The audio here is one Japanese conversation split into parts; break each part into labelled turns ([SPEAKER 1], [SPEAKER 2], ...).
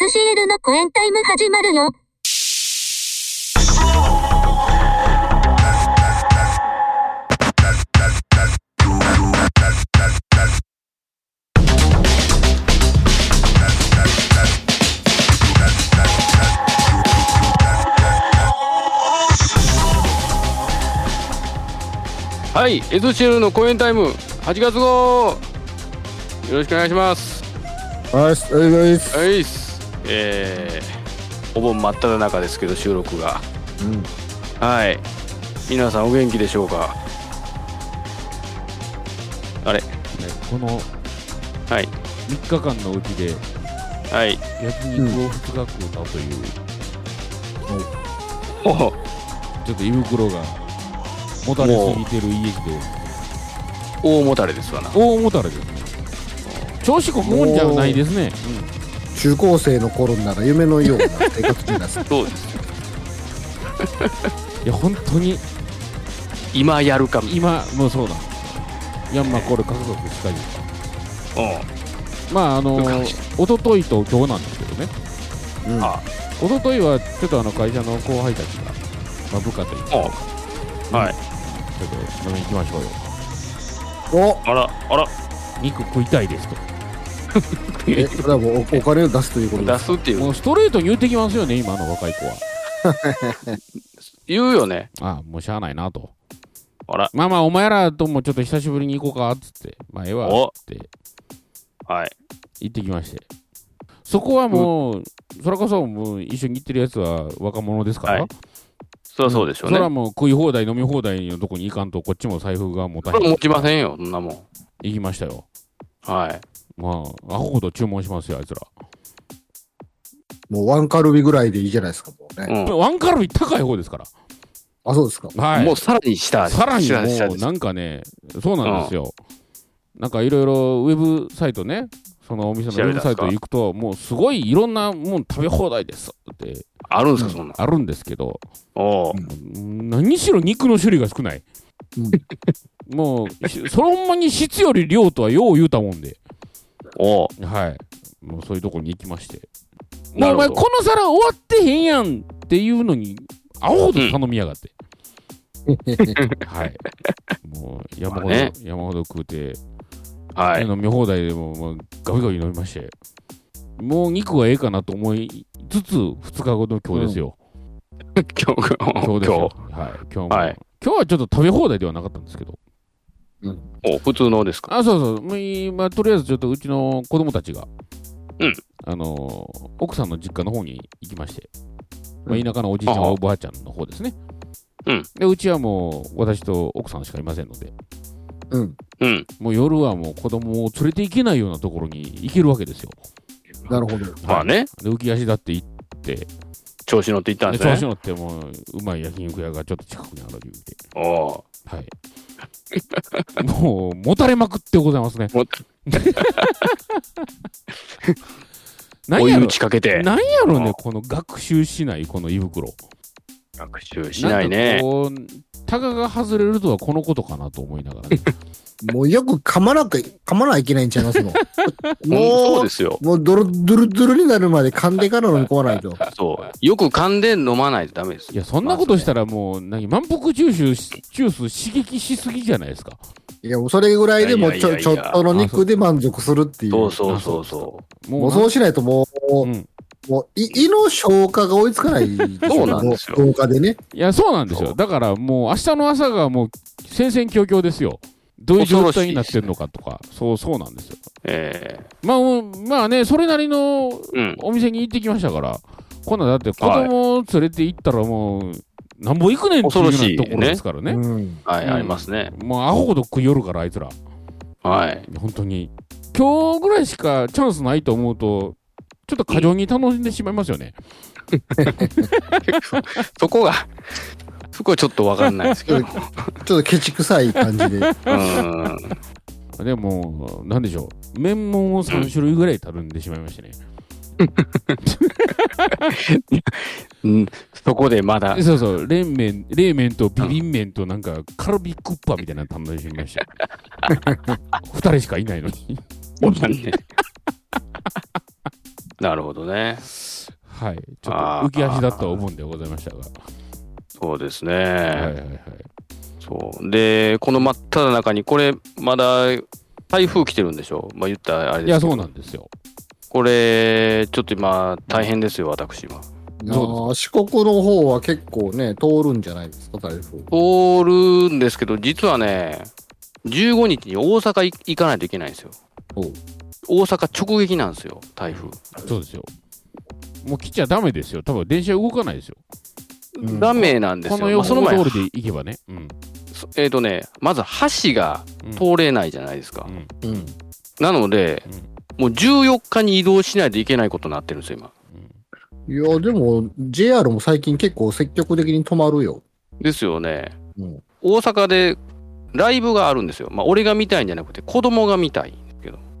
[SPEAKER 1] SCL のコエンタイム始まるよ。
[SPEAKER 2] はい、SCL の公演タイム8月号よろしくお願いします
[SPEAKER 3] はい、すお願いします。
[SPEAKER 2] はいっすえー、お盆真っ只中ですけど収録が
[SPEAKER 3] うん
[SPEAKER 2] はい皆さんお元気でしょうかあれ
[SPEAKER 4] ねこの
[SPEAKER 2] はい
[SPEAKER 4] 3日間のうちで
[SPEAKER 2] はい
[SPEAKER 4] 焼肉を2日食うたという、
[SPEAKER 2] おほ
[SPEAKER 4] ちょっと胃袋がもたれすぎてる胃液で
[SPEAKER 2] 大もたれですわな
[SPEAKER 4] 大もたれですね調子こくもんじゃないですね
[SPEAKER 3] 中高生の頃なら夢のような生活 になす
[SPEAKER 2] そうです
[SPEAKER 4] いや本当に
[SPEAKER 2] 今やるかも
[SPEAKER 4] 今もうそうだいやまあこれ覚悟したい
[SPEAKER 2] うん
[SPEAKER 4] まああの
[SPEAKER 2] うん
[SPEAKER 4] おとといと今日なんですけどね
[SPEAKER 3] うん
[SPEAKER 2] あ
[SPEAKER 4] おとといはちょっとあの会社の後輩たちが、まあ、部下というかちょ
[SPEAKER 2] あはい
[SPEAKER 4] っと飲みに行きましょうよ
[SPEAKER 3] お
[SPEAKER 2] あらあら
[SPEAKER 4] 肉食いたいですと
[SPEAKER 3] え、それはもうおお金を出すということで
[SPEAKER 2] 出
[SPEAKER 3] す。
[SPEAKER 2] すっていう
[SPEAKER 4] もうストレートに言うてきますよね今の若い子は
[SPEAKER 2] 言うよね
[SPEAKER 4] ああもうしゃあないなと。
[SPEAKER 2] あら
[SPEAKER 4] まあまあ、お前らともちょっと久しぶりに行こうか、つって。まあ、ええわ、
[SPEAKER 2] お
[SPEAKER 4] つって
[SPEAKER 2] はい
[SPEAKER 4] 行ってきまして。そこはもう、それこそもう一緒に行ってるやつは若者ですから、
[SPEAKER 2] はいそりゃそうでしょ
[SPEAKER 4] そう
[SPEAKER 2] ね
[SPEAKER 4] れはもう食い放題、飲み放題のとこに行かんと、こっちも財布が持た
[SPEAKER 2] それ
[SPEAKER 4] へん。
[SPEAKER 2] 持ちませんよそんなもん
[SPEAKER 4] 行きましたよ。
[SPEAKER 2] はい
[SPEAKER 4] まあ、アホほど注文しますよ、あいつら。
[SPEAKER 3] もうワンカルビぐらいでいいじゃないですか、 もうね。
[SPEAKER 2] うん
[SPEAKER 4] ワンカルビ高い方ですから。
[SPEAKER 3] あ、そうですか。
[SPEAKER 4] はい。
[SPEAKER 2] もうさらに下
[SPEAKER 4] さらに
[SPEAKER 2] 下下
[SPEAKER 4] も
[SPEAKER 2] で
[SPEAKER 4] う
[SPEAKER 2] す
[SPEAKER 4] なんかね、そうなんですよ。なんかいろいろウェブサイトね、そのお店のウェブサイト行くと、もうすごいいろんなもん食べ放題ですって
[SPEAKER 2] あるんですかそんな
[SPEAKER 4] あるんですけど、
[SPEAKER 2] おお
[SPEAKER 3] うん
[SPEAKER 4] 何しろ肉の種類が少ない。
[SPEAKER 3] うん
[SPEAKER 4] もう、しそのほんまに質より量とはよう言うたもんで、
[SPEAKER 2] おお
[SPEAKER 4] はい。もうそういうとこに行きまして。
[SPEAKER 2] な
[SPEAKER 4] も
[SPEAKER 2] る
[SPEAKER 4] うお
[SPEAKER 2] ほ
[SPEAKER 4] 前
[SPEAKER 2] ど
[SPEAKER 4] この皿終わってへんやんっていうのに、アホほど頼みやがって。はい。もう山ほど、
[SPEAKER 2] まあね
[SPEAKER 4] 山ほど食うて、
[SPEAKER 2] はい
[SPEAKER 4] 飲み放題でももうガビガビ飲みまして、もう肉はええかなと思いつつ、2日後の今日ですよ。
[SPEAKER 2] 今日
[SPEAKER 4] 今日
[SPEAKER 2] 今
[SPEAKER 4] で
[SPEAKER 2] 日
[SPEAKER 4] すよ。はい。今日も、
[SPEAKER 2] はい
[SPEAKER 4] 今日はちょっと食べ放題ではなかったんですけど。
[SPEAKER 2] お普通のですか
[SPEAKER 4] あ、そうそう。もう今、とりあえずちょっとうちの子供たちが、
[SPEAKER 2] うん
[SPEAKER 4] あのー、奥さんの実家の方に行きまして、まあ、
[SPEAKER 3] うん
[SPEAKER 4] 田舎のおじいちゃん、
[SPEAKER 2] ああ
[SPEAKER 4] おばあちゃんの方ですね。
[SPEAKER 2] うん
[SPEAKER 4] で、うちはもう、私と奥さんしかいませんので、
[SPEAKER 3] うん。
[SPEAKER 2] うん
[SPEAKER 4] もう夜はもう子供を連れて行けないようなところに行けるわけですよ。
[SPEAKER 3] なるほど。
[SPEAKER 2] まあね
[SPEAKER 4] で、浮き足だって行って、
[SPEAKER 2] 調子乗っていったん
[SPEAKER 4] で
[SPEAKER 2] です
[SPEAKER 4] 調子
[SPEAKER 2] ね
[SPEAKER 4] 乗ってもう、うまい焼肉屋がちょっと近くにあるいうて、
[SPEAKER 2] おお
[SPEAKER 4] はい。もう、もたれまくってございますね。
[SPEAKER 2] も
[SPEAKER 4] 何
[SPEAKER 2] 追い
[SPEAKER 4] や
[SPEAKER 2] 打
[SPEAKER 4] ろ
[SPEAKER 2] ちかけて
[SPEAKER 4] 何やろ
[SPEAKER 2] う
[SPEAKER 4] ね
[SPEAKER 2] ん、
[SPEAKER 4] この学習しない、この胃袋。
[SPEAKER 2] 学習しないね
[SPEAKER 4] んかこう、タガが外れるとはこのことかなと思いな がらね。
[SPEAKER 3] もうよく噛まなく、噛まないといけないんちゃいますの。
[SPEAKER 2] うんそう
[SPEAKER 3] も
[SPEAKER 2] ですよ
[SPEAKER 3] う、もうドロドロドロになるまで噛んでから飲み込ま ないと。
[SPEAKER 2] そうよく噛んで飲まないとダメです
[SPEAKER 4] いや、そんなことしたらもう、何、満腹中枢し、中枢刺激しすぎじゃないですか。
[SPEAKER 3] いや、もうそれぐらいでもち
[SPEAKER 2] い
[SPEAKER 3] ょ、
[SPEAKER 2] やい
[SPEAKER 3] ち
[SPEAKER 2] や
[SPEAKER 3] ょ
[SPEAKER 2] いや
[SPEAKER 3] っ
[SPEAKER 2] いや
[SPEAKER 3] との肉で満足するっていう。
[SPEAKER 2] そうそうそうそ
[SPEAKER 3] も
[SPEAKER 4] も
[SPEAKER 3] うそうしないともう、
[SPEAKER 4] うん
[SPEAKER 3] もうい胃の消化が追いつかない。
[SPEAKER 2] そうなんですよ
[SPEAKER 3] 消化でね。
[SPEAKER 4] いや、そうなんです
[SPEAKER 2] そ
[SPEAKER 4] よ。
[SPEAKER 2] う
[SPEAKER 4] だからもう、明日の朝がもう、戦々恐々ですよ。どういう状態になってるのかとか、そう、そうなんですよ。
[SPEAKER 2] うえ
[SPEAKER 4] まあ、うんまあね、それなりの
[SPEAKER 2] えうん
[SPEAKER 4] お店に行ってきましたから、こんなんだって子供連れて行ったらもう、なんぼ行くねんっていうようなところですからね。
[SPEAKER 3] うん。
[SPEAKER 2] はい
[SPEAKER 4] うん
[SPEAKER 2] ありますね
[SPEAKER 4] もうアホほど食いよるから、あいつら。
[SPEAKER 2] はい
[SPEAKER 4] 本当に。今日ぐらいしかチャンスないと思うと、ちょっと過剰に楽しんでしまいますよね。
[SPEAKER 2] そこがそこはちょっとわかんないです けどう
[SPEAKER 3] ちょっとケチ臭い感じで。
[SPEAKER 2] ーん
[SPEAKER 4] でも、なんでしょう。麺もんを3種類ぐらい食べんでしまいましてね。
[SPEAKER 2] うんそこでまだ
[SPEAKER 4] そうそう、冷麺、冷麺とビビン麺となんか、カルビクッパみたいなの頼んでしまいま した。二人しかいないのに。
[SPEAKER 2] わかんない なるほどね。
[SPEAKER 4] はい、ちょっと
[SPEAKER 2] あー
[SPEAKER 4] 浮き足だったお盆でございましたが、
[SPEAKER 2] そうです
[SPEAKER 4] はい
[SPEAKER 2] ね。
[SPEAKER 4] はいはい、
[SPEAKER 2] そう。で、この真っ只中に、これ、まだ、台風来てるんでしょまあ言ったらあれ
[SPEAKER 4] い
[SPEAKER 2] です
[SPEAKER 4] や
[SPEAKER 2] けど。
[SPEAKER 4] そうなんですよ、
[SPEAKER 2] これ、ちょっと今、大変ですよ、私は。
[SPEAKER 4] ど
[SPEAKER 3] あー四国の方は結構ね、通るんじゃないですか、台風。
[SPEAKER 2] 通るんですけど、実はね、15日に大阪い行かないといけないんですよ。
[SPEAKER 3] おう
[SPEAKER 2] 大阪直撃なんですよ、台風。
[SPEAKER 4] そうですよ、もう来ちゃだめですよ、多分電車動かないですよ、
[SPEAKER 3] うん
[SPEAKER 2] ダメなんです
[SPEAKER 4] この
[SPEAKER 2] よ。まあ
[SPEAKER 4] 横
[SPEAKER 2] その前
[SPEAKER 4] 通、りで行けばね、うん、
[SPEAKER 2] そえっ、とね、まず橋が通れないじゃないですか
[SPEAKER 4] う。ん
[SPEAKER 3] うん。
[SPEAKER 2] なので、もう14日に移動しないといけないことになってるんですよ、今。
[SPEAKER 3] いや、でも、JR も最近結構積極的に止まるよ。
[SPEAKER 2] ですよね。
[SPEAKER 3] うん。
[SPEAKER 2] 大阪でライブがあるんですよ。まあ、俺が見たいんじゃなくて、子供が見たい。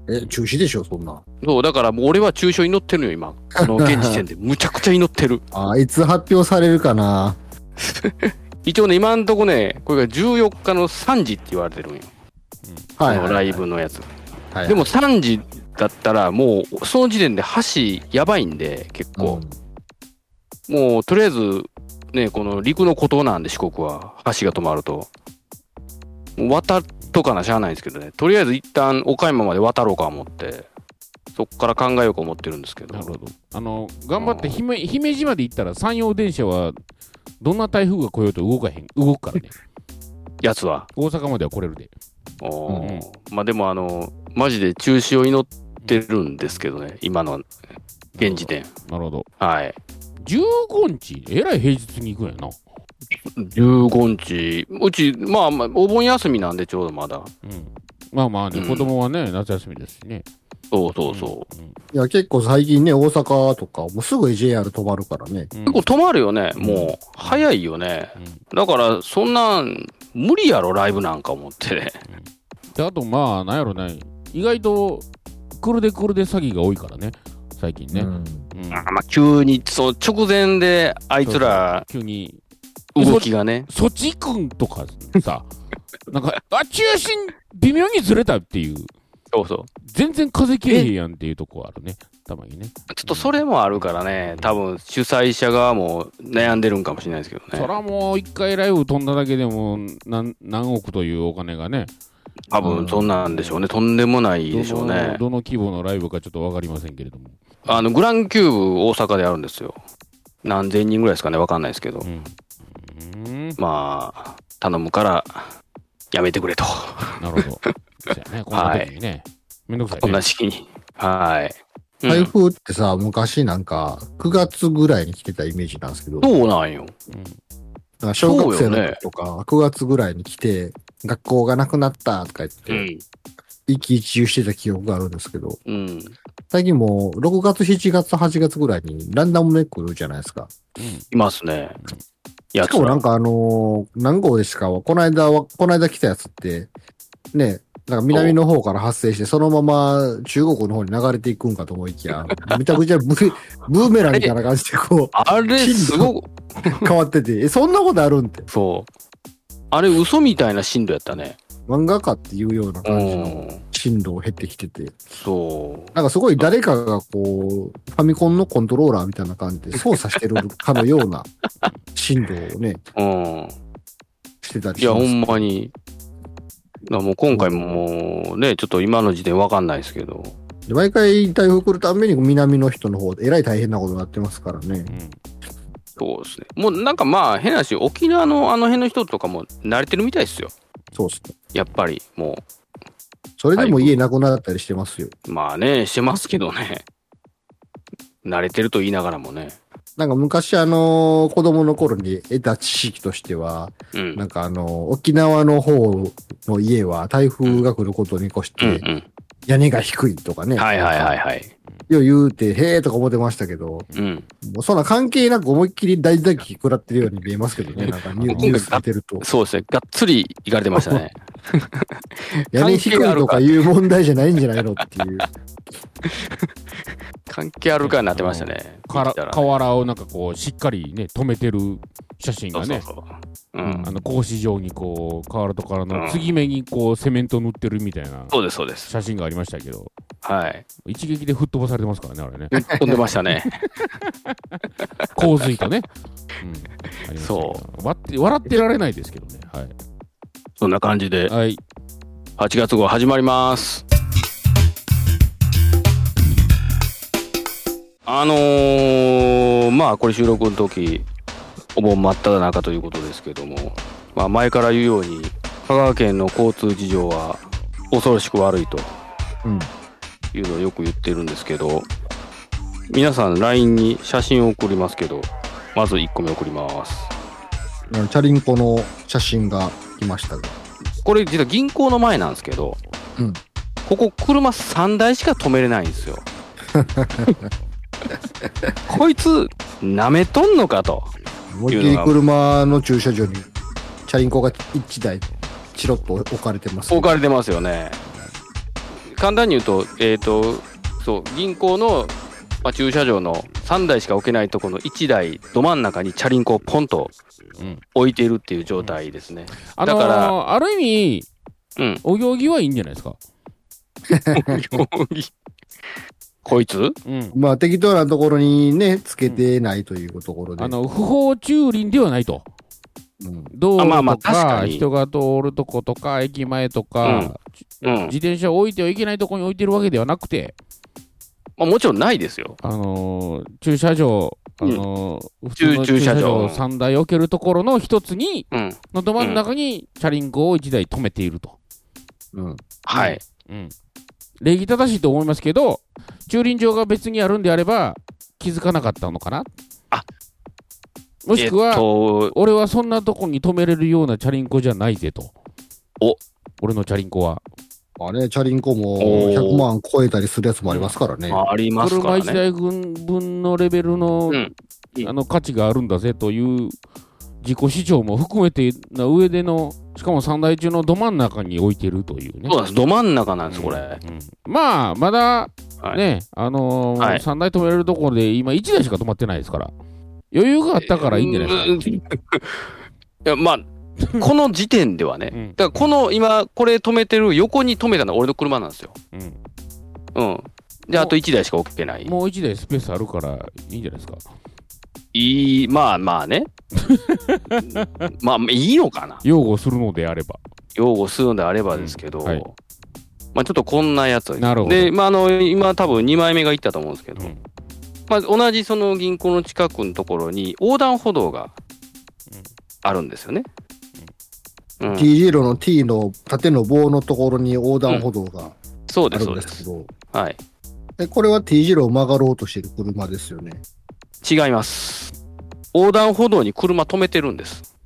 [SPEAKER 3] え、中止でしょ、そんな。
[SPEAKER 2] そう、だからもう俺は中傷に乗ってるよ、今。この現時点 で。むちゃくちゃ祈ってる。
[SPEAKER 3] あ、いつ発表されるかな。
[SPEAKER 2] 一応ね、今んとこね、これが14日の3時って言われてるんよ。こ
[SPEAKER 3] はい、
[SPEAKER 2] のライブのやつ。
[SPEAKER 3] はいはい。
[SPEAKER 2] でも3時だったら、もうその時点で箸やばいんで、結構。もうとりあえず、ね、この陸の孤島なんで、四国は。橋が止まると。もう渡っとかなしゃあないんですけどね。とりあえず一旦岡山まで渡ろうか思って、そっから考えようか思ってるんですけど
[SPEAKER 4] なる。ほど、あの頑張って姫姫路まで行ったら、山陽電車はどんな台風が来ようと動かへん、動く からね、
[SPEAKER 2] やつは。
[SPEAKER 4] 大阪までは来れるで、
[SPEAKER 2] おー
[SPEAKER 4] うんうん
[SPEAKER 2] まあでもあの、マジで中止を祈ってるんですけどね、今の現時点。
[SPEAKER 4] なるほど、
[SPEAKER 2] はい。
[SPEAKER 4] 15日、えらい平日に行くんやな、
[SPEAKER 2] 15日、うち、まあ、まあお盆休みなんで、ちょうどまだ。
[SPEAKER 4] うん、まあまあね、
[SPEAKER 2] うん
[SPEAKER 4] 子供はね、夏休みですしね、
[SPEAKER 2] そうそうそう。
[SPEAKER 4] うん、
[SPEAKER 3] いや、結構最近ね、大阪とか、もうすぐ JR 止まるからね。
[SPEAKER 4] うん、
[SPEAKER 2] 結構止まるよね、もう、早いよね。だから、そんなん、無理やろ、ライブなんか思ってね。
[SPEAKER 4] であとまあなんやろね意外とくるでくるで詐欺が多いからね最近ね、
[SPEAKER 3] うん
[SPEAKER 4] うん
[SPEAKER 2] あまあ、急に、その直前で、あいつら、
[SPEAKER 4] 急に
[SPEAKER 2] 動きがね。
[SPEAKER 4] そっち行くんとかさ なんかあ中心微妙にずれたっていう
[SPEAKER 2] そうそう。
[SPEAKER 4] 全然風切れへんやんっていうとこあるねたまにね
[SPEAKER 2] ちょっとそれもあるからね、多分、主催者側も悩んでるんかもしれないですけど
[SPEAKER 4] そ
[SPEAKER 2] ね。
[SPEAKER 4] らもう一回ライブ飛んだだけでも何何億というお金がね
[SPEAKER 2] 多分、そんなんでしょうね。とんでもない
[SPEAKER 4] どの
[SPEAKER 2] でしょうね。
[SPEAKER 4] どの規模のライブかちょっと分かりませんけれども、
[SPEAKER 2] あの、グランキューブ大阪であるんですよ。何千人ぐらいですかね、わかんないですけど
[SPEAKER 4] う。ん、うん
[SPEAKER 2] まあ、頼むから、やめてくれと。
[SPEAKER 4] な るほどそうやねこんな時にね、めんどくさい、ね、
[SPEAKER 2] こんな時期に。はい。う
[SPEAKER 3] 台
[SPEAKER 2] ん
[SPEAKER 3] 風ってさ、昔なんか、9月ぐらいに来てたイメージなんですけど、
[SPEAKER 2] そうなんよ。
[SPEAKER 3] なんか小学生
[SPEAKER 2] そうよ
[SPEAKER 3] の
[SPEAKER 2] ね
[SPEAKER 3] 時とか、9月ぐらいに来て、学校がなくなったとか言って、
[SPEAKER 2] うん。
[SPEAKER 3] 一喜一憂してた記憶があるんですけど、
[SPEAKER 2] うん。
[SPEAKER 3] 最近もう6月、7月、8月ぐらいにランダムで来るじゃないですか。
[SPEAKER 4] う
[SPEAKER 2] いますね。や
[SPEAKER 3] し
[SPEAKER 2] つ
[SPEAKER 3] かも
[SPEAKER 2] ら
[SPEAKER 3] なんかあのー何号ですかは、この間は、この間来たやつって、ね、なんか南の方から発生して、そのまま中国の方に流れていくんかと思い きや、めちゃくちゃブブーメランみたいな感じでこ
[SPEAKER 2] あれ、すごく、
[SPEAKER 3] う変わっ てて、え、そんなことあるんって。
[SPEAKER 2] そう。あれ、嘘みたいな進度やったね。
[SPEAKER 3] 漫画家っていうような
[SPEAKER 2] う
[SPEAKER 3] 感じの
[SPEAKER 2] ん。
[SPEAKER 3] 進路を減ってきてて、
[SPEAKER 2] そう。
[SPEAKER 3] なんかすごい誰かがこう、ファミコンのコントローラーみたいな感じで操作してるかのような進路をね、
[SPEAKER 2] うん。
[SPEAKER 3] してたり
[SPEAKER 2] いや、ほんまに。だからもう今回ももうね、ちょっと今の時点わかんないですけど。
[SPEAKER 3] で毎回台風来るたんびに南の人の方、えらい大変なことになってますからね。
[SPEAKER 4] んうん
[SPEAKER 2] そうですね。もうなんかまあ変な話、沖縄のあの辺の人とかも慣れてるみたいですよ。
[SPEAKER 3] そうっすね。
[SPEAKER 2] やっぱりも
[SPEAKER 3] それでも家なくなったりしてますよ。
[SPEAKER 2] う。まあね、してますけどね。慣れてると言いながらもね。
[SPEAKER 3] なんか昔あのー子供の頃に得た知識としては、
[SPEAKER 2] うん。う
[SPEAKER 3] なん
[SPEAKER 2] ん
[SPEAKER 3] かあのー沖縄の方の家は台風が来ることに越し
[SPEAKER 2] う
[SPEAKER 3] て、
[SPEAKER 2] ん。
[SPEAKER 3] 屋根が低いとかね。
[SPEAKER 2] はいはいはいはい。
[SPEAKER 3] よう言うて、へえとか思ってましたけど、
[SPEAKER 2] うん。
[SPEAKER 3] もうそんな関係なく思いっきり大打撃食らってるように見えますけどね。なんかニューニュース見てると。
[SPEAKER 2] そうですね。がっつり行かれてましたね。
[SPEAKER 3] 屋根低いとかいう問題じゃないんじゃないのっていう。
[SPEAKER 2] 関係あるかになってましたね。
[SPEAKER 4] から
[SPEAKER 2] 見たらね
[SPEAKER 4] 瓦をなんかこうしっかりね止めてる写真
[SPEAKER 2] そ
[SPEAKER 4] が
[SPEAKER 2] う
[SPEAKER 4] ね
[SPEAKER 2] そうそう。うん
[SPEAKER 4] あ。の格子状にこう瓦と瓦
[SPEAKER 2] う
[SPEAKER 4] の
[SPEAKER 2] ん
[SPEAKER 4] 継ぎ目にこうセメント塗ってるみたいな
[SPEAKER 2] そうです、そうです。
[SPEAKER 4] 写真がありましたけど
[SPEAKER 2] はい。
[SPEAKER 4] 一撃で吹っ飛ばされてますからね あれね
[SPEAKER 2] 飛んでましたね。
[SPEAKER 4] 洪水とね、うん、ありましたけど
[SPEAKER 2] そ
[SPEAKER 4] 笑って笑ってられないですけどねはい
[SPEAKER 2] そんな感じで、
[SPEAKER 4] はい、
[SPEAKER 2] 8月号始まります。あのー、まあこれ収録の時お盆真っ只中ということですけども、まあ、前から言うように香川県の交通事情は恐ろしく悪いと
[SPEAKER 3] うん。
[SPEAKER 2] いうのをよく言ってるんですけど皆さん LINE に写真を送りますけどまず1個目送ります
[SPEAKER 3] あのチャリンコの写真が来ましたが。
[SPEAKER 2] これ実は銀行の前なんですけど、
[SPEAKER 3] うん
[SPEAKER 2] ここ車3台しか止めれないん ですよこいつなめとんのかと
[SPEAKER 3] 思いっきり車の駐車場にチャリンコが1台チロッと置かれてます。
[SPEAKER 2] 置かれてますよね簡単に言うとえっ、とそう銀行の、まあ、駐車場の3台しか置けないとこの1台ど真ん中にチャリンコをポンと
[SPEAKER 4] うん、
[SPEAKER 2] 置いてるっていう状態ですね、
[SPEAKER 4] あのー
[SPEAKER 2] だから
[SPEAKER 4] ある意味
[SPEAKER 2] うん
[SPEAKER 4] お行儀はいいんじゃないですか、
[SPEAKER 2] こいつ
[SPEAKER 4] うん、
[SPEAKER 3] まあ適当なところにね、つけてないというところで。
[SPEAKER 4] あの不法駐輪ではないと
[SPEAKER 3] うん
[SPEAKER 4] 道
[SPEAKER 2] あまあ
[SPEAKER 4] 路
[SPEAKER 2] まあ
[SPEAKER 4] とか,、
[SPEAKER 2] 確かに
[SPEAKER 4] 人が通るとことか駅前とか、
[SPEAKER 2] うん
[SPEAKER 4] 自転車を置いてはいけないとこに置いてるわけではなくて、
[SPEAKER 2] まあ、もちろんないですよ
[SPEAKER 4] あのー駐車場、あ
[SPEAKER 2] うん
[SPEAKER 4] のー普
[SPEAKER 2] 駐
[SPEAKER 4] 通の駐
[SPEAKER 2] 駐車
[SPEAKER 4] 車
[SPEAKER 2] 場
[SPEAKER 4] 場3台置けるところの一つに、
[SPEAKER 2] うん
[SPEAKER 4] のど真ん中にチャリンコを1台止めていると。
[SPEAKER 3] うん。
[SPEAKER 2] はい
[SPEAKER 4] うん。礼儀正しいと思いますけど、駐輪場が別にあるんであれば、気づかなかったのかな
[SPEAKER 2] あ
[SPEAKER 4] もしく
[SPEAKER 2] えっ
[SPEAKER 4] は、
[SPEAKER 2] と、
[SPEAKER 4] 俺はそんなとこに止めれるようなチャリンコじゃないぜと。
[SPEAKER 2] お
[SPEAKER 4] 俺のチャリンコは。
[SPEAKER 3] あれ、チャリンコも
[SPEAKER 2] おー
[SPEAKER 3] 100万超えたりするやつもありますからね。
[SPEAKER 2] まあ、ありますか
[SPEAKER 4] 車
[SPEAKER 2] ら
[SPEAKER 4] 1
[SPEAKER 2] ね。
[SPEAKER 4] 台分分のレベルの,、
[SPEAKER 2] うんうん
[SPEAKER 4] あの価値があるんだぜという自己主張も含めてな上でのしかも3台中のど真ん中に置いてるというね
[SPEAKER 2] そうなんです。ど真ん中なんです、これ。
[SPEAKER 4] うんまあまだ
[SPEAKER 2] はい
[SPEAKER 4] ね、あのー
[SPEAKER 2] はい
[SPEAKER 4] 3台止めれるところで今1台しか止まってないですから余裕があったからいいんじゃないですか、
[SPEAKER 2] うんいや、まあ、この時点ではね。
[SPEAKER 4] うん
[SPEAKER 2] だから、この、今、これ止めてる横に止めたのは俺の車なんですよ。うん。で、あと1台しか置けな
[SPEAKER 4] うん
[SPEAKER 2] い。
[SPEAKER 4] もう1台スペースあるからいいんじゃないですか
[SPEAKER 2] いい、まあま あね。まあ、いいのかな。
[SPEAKER 4] 擁護するのであれば
[SPEAKER 2] 擁護するのであればですけど、
[SPEAKER 4] うんはい
[SPEAKER 2] まあちょっとこんなやつ
[SPEAKER 4] なるほど
[SPEAKER 2] で、まあ、あの今多分2枚目が行ったと思うんですけど、
[SPEAKER 4] うん
[SPEAKER 2] まあ、同じその銀行の近くのところに横断歩道が
[SPEAKER 4] うん
[SPEAKER 2] あるんですよね。うん
[SPEAKER 3] T 字路の T の縦の棒のところに横断歩道が
[SPEAKER 2] そう
[SPEAKER 3] あ
[SPEAKER 2] です
[SPEAKER 3] る
[SPEAKER 2] そ
[SPEAKER 3] ん
[SPEAKER 2] う
[SPEAKER 3] で
[SPEAKER 2] です
[SPEAKER 3] け
[SPEAKER 2] す。
[SPEAKER 3] ど、
[SPEAKER 2] はい、
[SPEAKER 3] でこれは T 字路を曲がろうとしてる車ですよね。
[SPEAKER 2] 違います。横断歩道に車止めてるんです。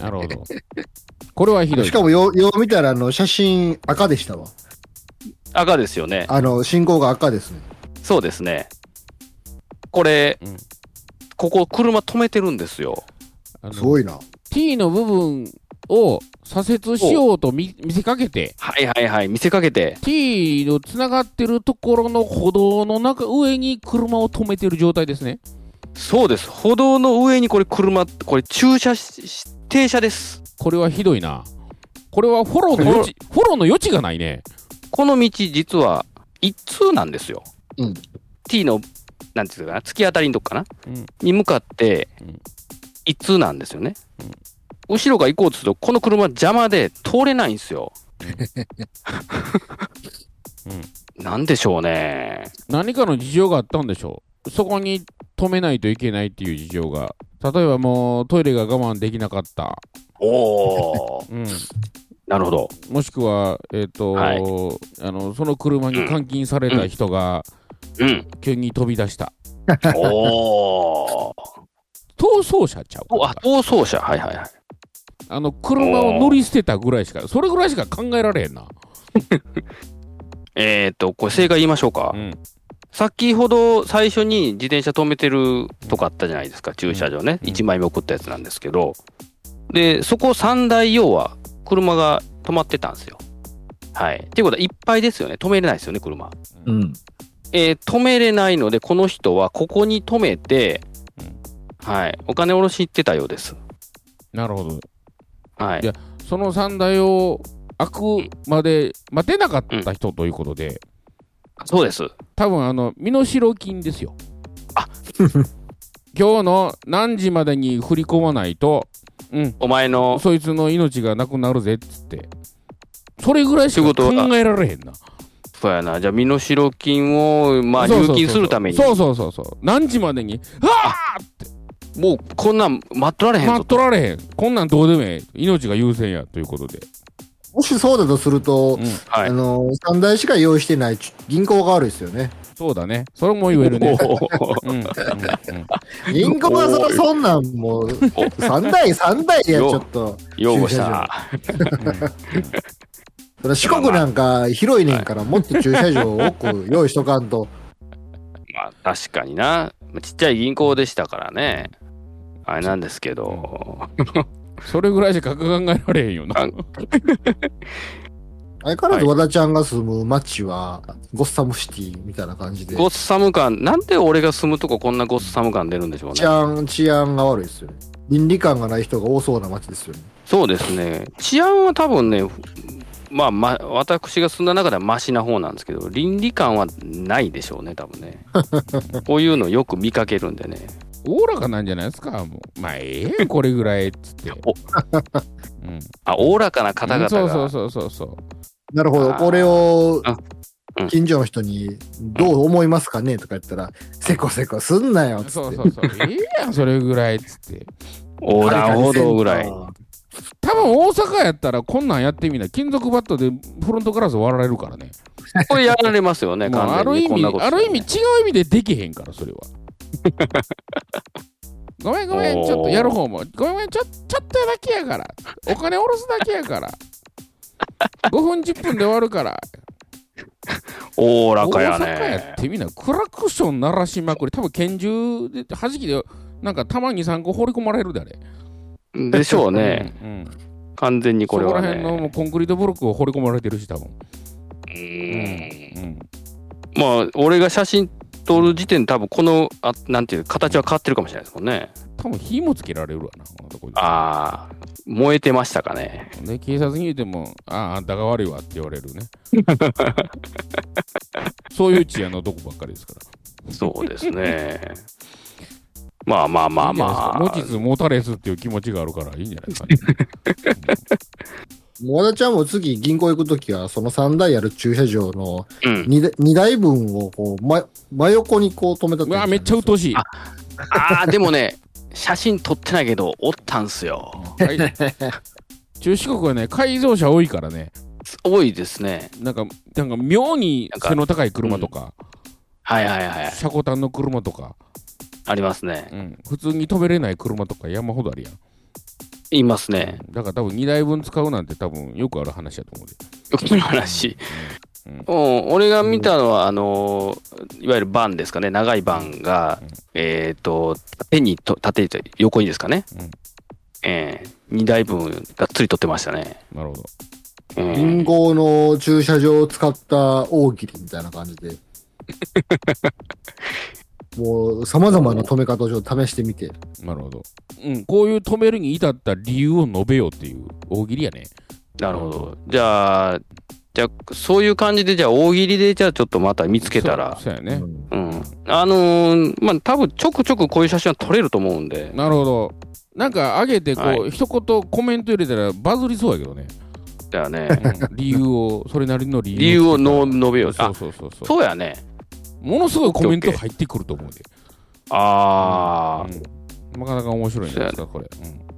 [SPEAKER 4] なる ほどこれはひどい
[SPEAKER 3] しかもよ、よう見たら、あの、写真赤でしたわ。
[SPEAKER 2] 赤ですよね。
[SPEAKER 3] あの、信号が赤ですね。
[SPEAKER 2] そうですね。これ、
[SPEAKER 4] うん
[SPEAKER 2] ここ車止めてるんですよ。
[SPEAKER 4] あの
[SPEAKER 3] すごいな。
[SPEAKER 4] T の部分を左折しようと見見せかけて、
[SPEAKER 2] はいはいはい、見せかけて。
[SPEAKER 4] T のつながってるところの歩道の中、上に車を止めてる状態ですね。
[SPEAKER 2] そうです。歩道の上にこれ車、これ駐車しし停車です。
[SPEAKER 4] これはひどいな。これはフォローの余地、フォローの余地がないね。
[SPEAKER 2] この道実は一通なんですよ。
[SPEAKER 3] うん
[SPEAKER 2] T の、なんていうかな、突き当たりのとこかな、
[SPEAKER 4] うん
[SPEAKER 2] に向かって
[SPEAKER 4] うん
[SPEAKER 2] 一通なんですよね。後ろが行こうとすると、この車邪魔で通れないんですよ。なんでしょうね。
[SPEAKER 4] 何かの事情があったんでしょう。そこに止めないといけないっていう事情が。例えばもうトイレが我慢できなかった。
[SPEAKER 2] おー、
[SPEAKER 4] うん。
[SPEAKER 2] なるほど。
[SPEAKER 4] もしくは、えっ、と、
[SPEAKER 2] はい
[SPEAKER 4] あの、その車に監禁された人が
[SPEAKER 2] うん。
[SPEAKER 4] 急に飛び出した。
[SPEAKER 2] おー。
[SPEAKER 4] 逃走者ちゃう
[SPEAKER 2] おあ、逃走車。はいはいはい。
[SPEAKER 4] あの車を乗り捨てたぐらいしか、それぐらいしか考えられへんな。
[SPEAKER 2] えっ、ー、と、これ正解言いましょうか。
[SPEAKER 4] うん、
[SPEAKER 2] 先ほど最初に自転車止めてるとこあったじゃないですか、駐車場ね。
[SPEAKER 4] うん
[SPEAKER 2] 1枚目送ったやつなんですけど。で、そこ3台要は車が止まってたんですよ。はい。っていうことはいっぱいですよね。止めれないですよね、車。
[SPEAKER 5] うん。
[SPEAKER 2] えー止めれないので、この人はここに止めて、はい。お金下ろし行ってたようです。
[SPEAKER 4] なるほど。
[SPEAKER 2] はい
[SPEAKER 4] や
[SPEAKER 2] い。
[SPEAKER 4] その三台を開くまで待てなかった人ということで、
[SPEAKER 2] そうです。
[SPEAKER 4] 多分あの、身代金ですよ。
[SPEAKER 2] あ
[SPEAKER 4] 今日の何時までに振り込まないと、うん、
[SPEAKER 2] お前の、
[SPEAKER 4] そいつの命がなくなるぜっつって。それぐらいしか
[SPEAKER 2] 仕事
[SPEAKER 4] 考
[SPEAKER 2] は
[SPEAKER 4] えられへんな。
[SPEAKER 2] そうやな。じゃあ、身代金を、まあ、
[SPEAKER 4] そうそう
[SPEAKER 2] 入
[SPEAKER 4] そう
[SPEAKER 2] 金するために、
[SPEAKER 4] そうそうそうそう。何時までに、は
[SPEAKER 2] もう、こんなん待っとられへ
[SPEAKER 4] ぁ
[SPEAKER 2] ん
[SPEAKER 4] 待
[SPEAKER 2] ぞ
[SPEAKER 4] っとられへん。こんなんどうでもええ。命が優先や、ということで。
[SPEAKER 3] もしそうだとする
[SPEAKER 4] う
[SPEAKER 3] と、
[SPEAKER 4] ん
[SPEAKER 2] はい
[SPEAKER 3] あのー、三台しか用意してないち銀行が悪いですよ ね。
[SPEAKER 4] そうだね。それも言えるね。
[SPEAKER 2] おー
[SPEAKER 4] うんうんうん
[SPEAKER 3] 銀行はそそんなんもう、三台、三台や、ち
[SPEAKER 2] よ
[SPEAKER 3] ょっと。
[SPEAKER 2] 擁護した。
[SPEAKER 3] それ四国なんか広いねんから、もっと駐車場を多く用意しとかんと。
[SPEAKER 2] まあ、確かにな。ちっちゃい銀行でしたからね。あれなんですけど。
[SPEAKER 4] それぐらいしか考えられへんよな
[SPEAKER 2] あ。
[SPEAKER 3] 相変わらず和田ちゃんが住む町は、ゴッサムシティみたいな感じで、
[SPEAKER 2] ゴッサム感、なんで俺が住むとここんなゴッサム感出るんでしょうね
[SPEAKER 3] 治。安、治安が悪いですよね。倫理観がない人が多そうな町ですよね。
[SPEAKER 2] そうですね。治安は多分ね、まあ、ま、私が住んだ中ではマシな方なんですけど、倫理観はないでしょうね、多分 ね。こういうのよく見かけるんでね。
[SPEAKER 4] おおらかなんじゃないですか。もうまあ、ええやん、これぐらい、っつって。
[SPEAKER 2] お
[SPEAKER 4] うん
[SPEAKER 2] あ、おおらかな方々が。
[SPEAKER 4] そうそうそうそうそう。
[SPEAKER 3] なるほど、
[SPEAKER 2] あー
[SPEAKER 3] これを
[SPEAKER 2] あうん
[SPEAKER 3] 近所の人にどう思いますかねとか言ったら、せこせこすんなよっつ
[SPEAKER 4] そう
[SPEAKER 3] って
[SPEAKER 4] そ。うそう。ええやん、それぐらいっつって。
[SPEAKER 2] 横断歩道ぐらい。
[SPEAKER 4] 多分大阪やったらこんなんやってみない。金属バットでフロントガラス割られるからね。
[SPEAKER 2] これやられますよね、
[SPEAKER 4] もうあ
[SPEAKER 2] 完全
[SPEAKER 4] る
[SPEAKER 2] に
[SPEAKER 4] 意
[SPEAKER 2] こん
[SPEAKER 4] 味、
[SPEAKER 2] なことし
[SPEAKER 4] あ
[SPEAKER 2] たら
[SPEAKER 4] る
[SPEAKER 2] ね、
[SPEAKER 4] 意味違う意味でできへんから、それは。 ごめんごめん、ち
[SPEAKER 2] おー
[SPEAKER 4] ょっとやる方も。ごめんごめん、ちょちょっとだけやから。お金下ろすだけ やから。5分10分で終わるから。
[SPEAKER 2] おおらかや
[SPEAKER 4] 大阪や
[SPEAKER 2] ね
[SPEAKER 4] っ。てみんなクラクション鳴らしまくり多分拳銃で弾きでなんか弾に3個放り込まれるであれ
[SPEAKER 2] でしょうね。
[SPEAKER 4] うんうん
[SPEAKER 2] 完全に
[SPEAKER 4] そ
[SPEAKER 2] こ
[SPEAKER 4] こ
[SPEAKER 2] れは
[SPEAKER 4] ら辺
[SPEAKER 2] ね。
[SPEAKER 4] のもうコンクリートブロックを放り込まれてるし多分
[SPEAKER 2] うーん
[SPEAKER 4] うん
[SPEAKER 2] まあ、俺が写真撮る時点で多分この、あなんていう、形は変わってるかもしれないですもんね。
[SPEAKER 4] 多分火もつけられるわなこのとこ
[SPEAKER 2] ああ、燃えてましたかね。
[SPEAKER 4] で警察に言うてもあああんたが悪いわって言われ るねそういう治安のとこばっかりですから
[SPEAKER 2] そうですね。 まあまあまあまあ。
[SPEAKER 4] いいんじゃないですか持ちつ持たれつっていう気持ちがあるからいいんじゃないですかね
[SPEAKER 3] 和田ちゃんも次銀行行くときは、その3台ある駐車場の
[SPEAKER 2] うん。
[SPEAKER 3] 2, 台分をこう、ま、真横にこう止めた
[SPEAKER 4] うわめっちゃ鬱陶しい
[SPEAKER 2] あああ、でもね、写真撮ってないけど、おったんすよ。
[SPEAKER 4] はい中四国はね改造車多いからね
[SPEAKER 2] 多いですね。
[SPEAKER 4] なんか、なんか妙に背の高い車とか、
[SPEAKER 2] はいはいはい。
[SPEAKER 4] 車庫端の車とか、
[SPEAKER 2] ありますね。
[SPEAKER 4] うん普通に飛べれない車とか山ほどあるやん。
[SPEAKER 2] いますね。
[SPEAKER 4] だから多分2台分使うなんて多分よくある話やと思うで。
[SPEAKER 2] よくの話。う
[SPEAKER 4] う
[SPEAKER 2] ん
[SPEAKER 4] うん
[SPEAKER 2] ん、俺が見たのは、あのーいわゆるバンですかね、長いバンが、
[SPEAKER 4] うん
[SPEAKER 2] えっ、と、縦にと、縦と横にですかね、
[SPEAKER 4] うん
[SPEAKER 2] えー、2台分がっつり取ってましたね。
[SPEAKER 4] なるほど。
[SPEAKER 2] う
[SPEAKER 3] 銀
[SPEAKER 2] ん、
[SPEAKER 3] 行の駐車場を使った大喜利みたいな感 じで。もう、様々な止め方をちょっと試してみて。
[SPEAKER 4] なるほど。うん、こういう止めるに至った理由を述べようっていう大喜利やね。
[SPEAKER 2] なるほど。じゃあ、じゃあそういう感じで、じゃあ、大喜利で、じゃあ、ちょっとまた見つけたら
[SPEAKER 4] そ。そうやね
[SPEAKER 3] う。ん
[SPEAKER 2] うん、あのーまあ多分ちょくちょくこういう写真は撮れると思うんで、
[SPEAKER 4] なるほど。なんか上げてこう、
[SPEAKER 2] は
[SPEAKER 4] 一言コメント入れたらバズりそうやけどね。、
[SPEAKER 2] だよね
[SPEAKER 4] うん理由を、それなりの理由
[SPEAKER 2] 理由をの述べよう。
[SPEAKER 4] そ
[SPEAKER 2] あ
[SPEAKER 4] う、そうそうそう。
[SPEAKER 2] そうやね。
[SPEAKER 4] ものすごいコメント入ってくると思うで。
[SPEAKER 2] ああ、
[SPEAKER 4] うんなかなか面白いんじゃないですか、これ。うん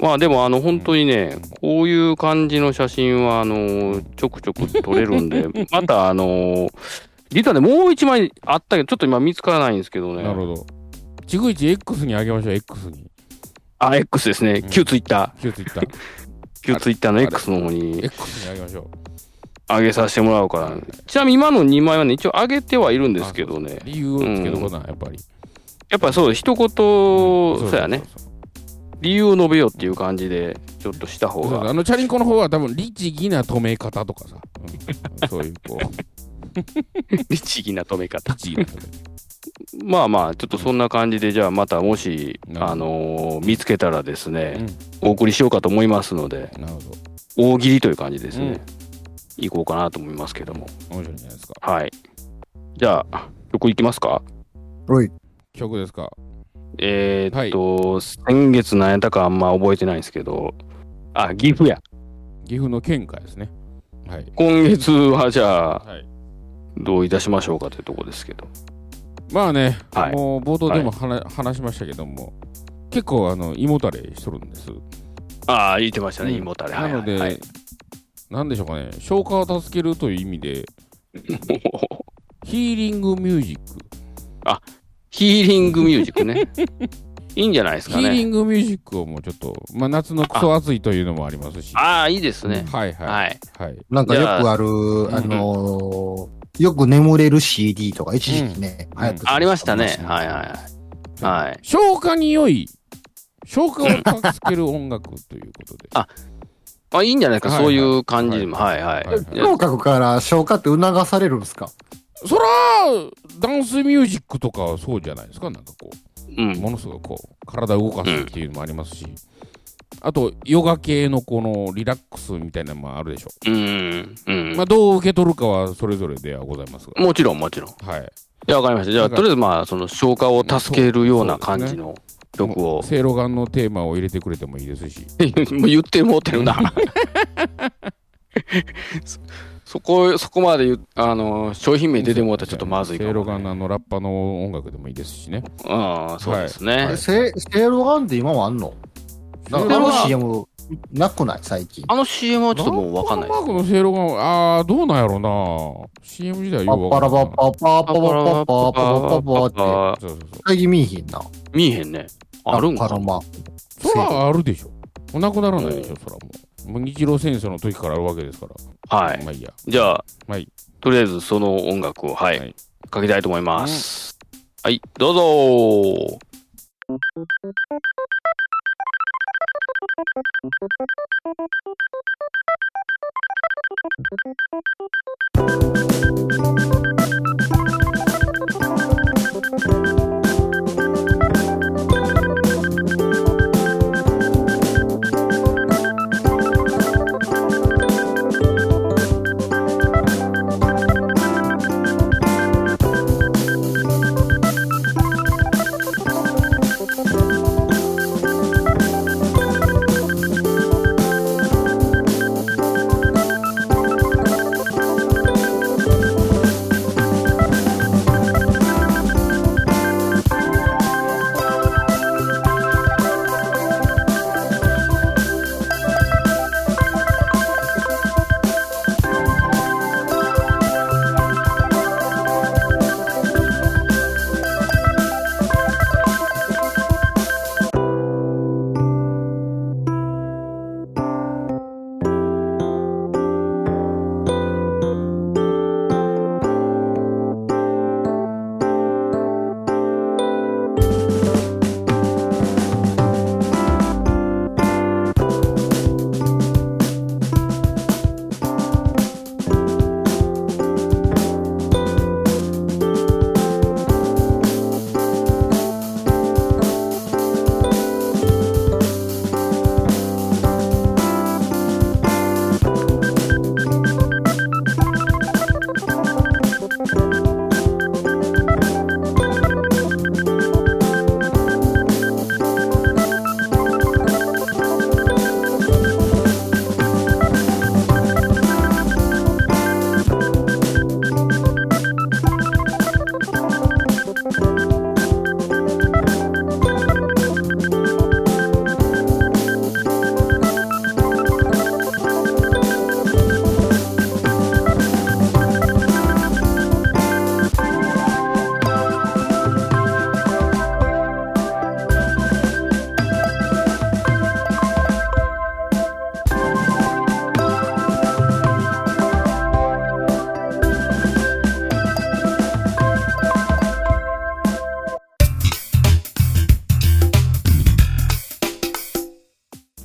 [SPEAKER 2] まあでもあの本当にね、こういう感じの写真はあのーちょくちょく撮れるん で、またあのー実はね、もう一枚あったけど、ちょっと今見つからないんですけど
[SPEAKER 4] なる
[SPEAKER 2] ね。
[SPEAKER 4] ほど。ちぐいち X にあげましょう、X に。
[SPEAKER 2] あ、X ですね
[SPEAKER 4] うん。
[SPEAKER 2] 旧ツイッタ
[SPEAKER 4] 旧 Twitter。
[SPEAKER 2] ー。旧ツイッターの
[SPEAKER 4] あれ
[SPEAKER 2] X の方に
[SPEAKER 4] X にあげましょ
[SPEAKER 2] 上げさせてもらうから。ちなみに今の2枚はね、一応上げてはいるんですけどね
[SPEAKER 4] う。。理由をつけとこな、やっぱり。
[SPEAKER 2] やっぱりそう、一言、そうやね。。理由を述べようっていう感じで、ちょっとした方
[SPEAKER 4] そうそう
[SPEAKER 2] が。
[SPEAKER 4] あのチャリンコの方は多分律儀な止め方とかさ、うんそういう こう
[SPEAKER 2] 律儀な止め方。
[SPEAKER 4] 律儀な止
[SPEAKER 2] まあまあ、ちょっとそんな感じで、じゃあまたもし、
[SPEAKER 4] うん
[SPEAKER 2] あのー見つけたらです
[SPEAKER 4] め
[SPEAKER 2] ね、お送りしようかと思いますので、
[SPEAKER 4] うん、なるほど
[SPEAKER 2] 大喜利という感じですね。行こうかなと思いますけども。
[SPEAKER 4] 面白いんじゃないですか
[SPEAKER 2] はい。じゃあ、曲いきますか
[SPEAKER 3] おい。
[SPEAKER 4] 曲ですか
[SPEAKER 2] えーっと、先月何やったかあんま覚えてないんですけど、あ、岐阜や。
[SPEAKER 4] 岐阜の県下ですねはい
[SPEAKER 2] 今月はじゃあ、
[SPEAKER 4] はい
[SPEAKER 2] どういたしましょうかというとこですけど。
[SPEAKER 4] まあね、
[SPEAKER 2] はい
[SPEAKER 4] もう冒頭でも話,、話しましたけども結構あの胃もたれしとるんです
[SPEAKER 2] ああ、言ってましたね、
[SPEAKER 4] うん
[SPEAKER 2] 胃もたれ。は
[SPEAKER 4] ないの
[SPEAKER 2] はい
[SPEAKER 4] で、
[SPEAKER 2] はい。
[SPEAKER 4] なんでしょうかね消化を助けるという意味でヒーリングミュージック
[SPEAKER 2] ヒーリングミュージック ね。いいんじゃないです
[SPEAKER 4] ヒ
[SPEAKER 2] か
[SPEAKER 4] ーリ
[SPEAKER 2] ね。
[SPEAKER 4] ングミュージックをもうちょっと、まあ、夏のクソ暑いというのもありますし
[SPEAKER 2] ああ、いいですね。
[SPEAKER 4] はいはい
[SPEAKER 2] はい。
[SPEAKER 4] はい
[SPEAKER 3] なんかよくある、
[SPEAKER 4] ゃあ
[SPEAKER 3] あのーよく眠れる CD とか、一時期ね、
[SPEAKER 4] ん
[SPEAKER 3] 流行って
[SPEAKER 2] ありましたね。はいはい
[SPEAKER 3] い。
[SPEAKER 2] はい。はい。
[SPEAKER 4] 消化に良い消化を助ける音楽ということで
[SPEAKER 2] ああ、いいんじゃないですか、
[SPEAKER 4] は
[SPEAKER 2] そ
[SPEAKER 4] い
[SPEAKER 2] う
[SPEAKER 4] はい
[SPEAKER 2] いう感じでも。はいは
[SPEAKER 4] はいはい
[SPEAKER 2] い。じゃあ
[SPEAKER 3] 聴覚から消化って促されるんですか
[SPEAKER 4] そらダンスミュージックとかはそうじゃないですかなんかこ
[SPEAKER 2] う。
[SPEAKER 4] うんものすごくこう体を動かすっていうのもありますし、あとヨガ系のこのリラックスみたいなのもあるでしょ
[SPEAKER 2] うん。うん
[SPEAKER 4] まあ、どう受け取るかはそれぞれではございますが、
[SPEAKER 2] もちろん、もちろん。
[SPEAKER 4] はい、
[SPEAKER 2] じゃあ、わかりました。じゃ
[SPEAKER 4] な
[SPEAKER 2] あ、
[SPEAKER 4] んか
[SPEAKER 2] とりあえず、まあ、その消化を助けるような感じの曲
[SPEAKER 4] も
[SPEAKER 2] を
[SPEAKER 4] う、せいろがんのテーマを入れてくれてもいいですし、
[SPEAKER 2] もう言ってもうてるな。そそこ、そこまで言う、あの、商品名出てもうたらちょっとまずいか
[SPEAKER 4] せいろが
[SPEAKER 2] も、
[SPEAKER 4] んの
[SPEAKER 2] ね。
[SPEAKER 4] あのラッパの音楽でもいいですしね、
[SPEAKER 2] うん、そうですね。
[SPEAKER 4] はい
[SPEAKER 3] セセロガンって今もあんのなんかあの CM なくない最近。
[SPEAKER 2] あの CM はちょっともうわかんないで
[SPEAKER 4] ラ
[SPEAKER 2] す
[SPEAKER 4] ッパのマークのせいろがん、あー、どうなんやろうな、CM 時代
[SPEAKER 3] パ
[SPEAKER 4] よく
[SPEAKER 3] ッ
[SPEAKER 4] わ
[SPEAKER 3] パ
[SPEAKER 4] から
[SPEAKER 3] ラ
[SPEAKER 4] んな
[SPEAKER 3] パッパッパッパッパッパッパッパッパッパって。
[SPEAKER 2] あ
[SPEAKER 4] そうそうそう
[SPEAKER 3] 最近見えへんな。
[SPEAKER 2] 見えへんね。あるん
[SPEAKER 3] パ
[SPEAKER 2] か
[SPEAKER 3] ラマ。
[SPEAKER 4] そらあるでしょ。おなくならないでしょ、そらもう。もう日露戦争の時からあるわけですから。
[SPEAKER 2] はい。
[SPEAKER 4] まあいいや。
[SPEAKER 2] じゃあ、
[SPEAKER 4] はい
[SPEAKER 2] とりあえずその音楽を、はい、
[SPEAKER 4] はい
[SPEAKER 2] かけたいと思います。はい、どうぞ
[SPEAKER 5] 「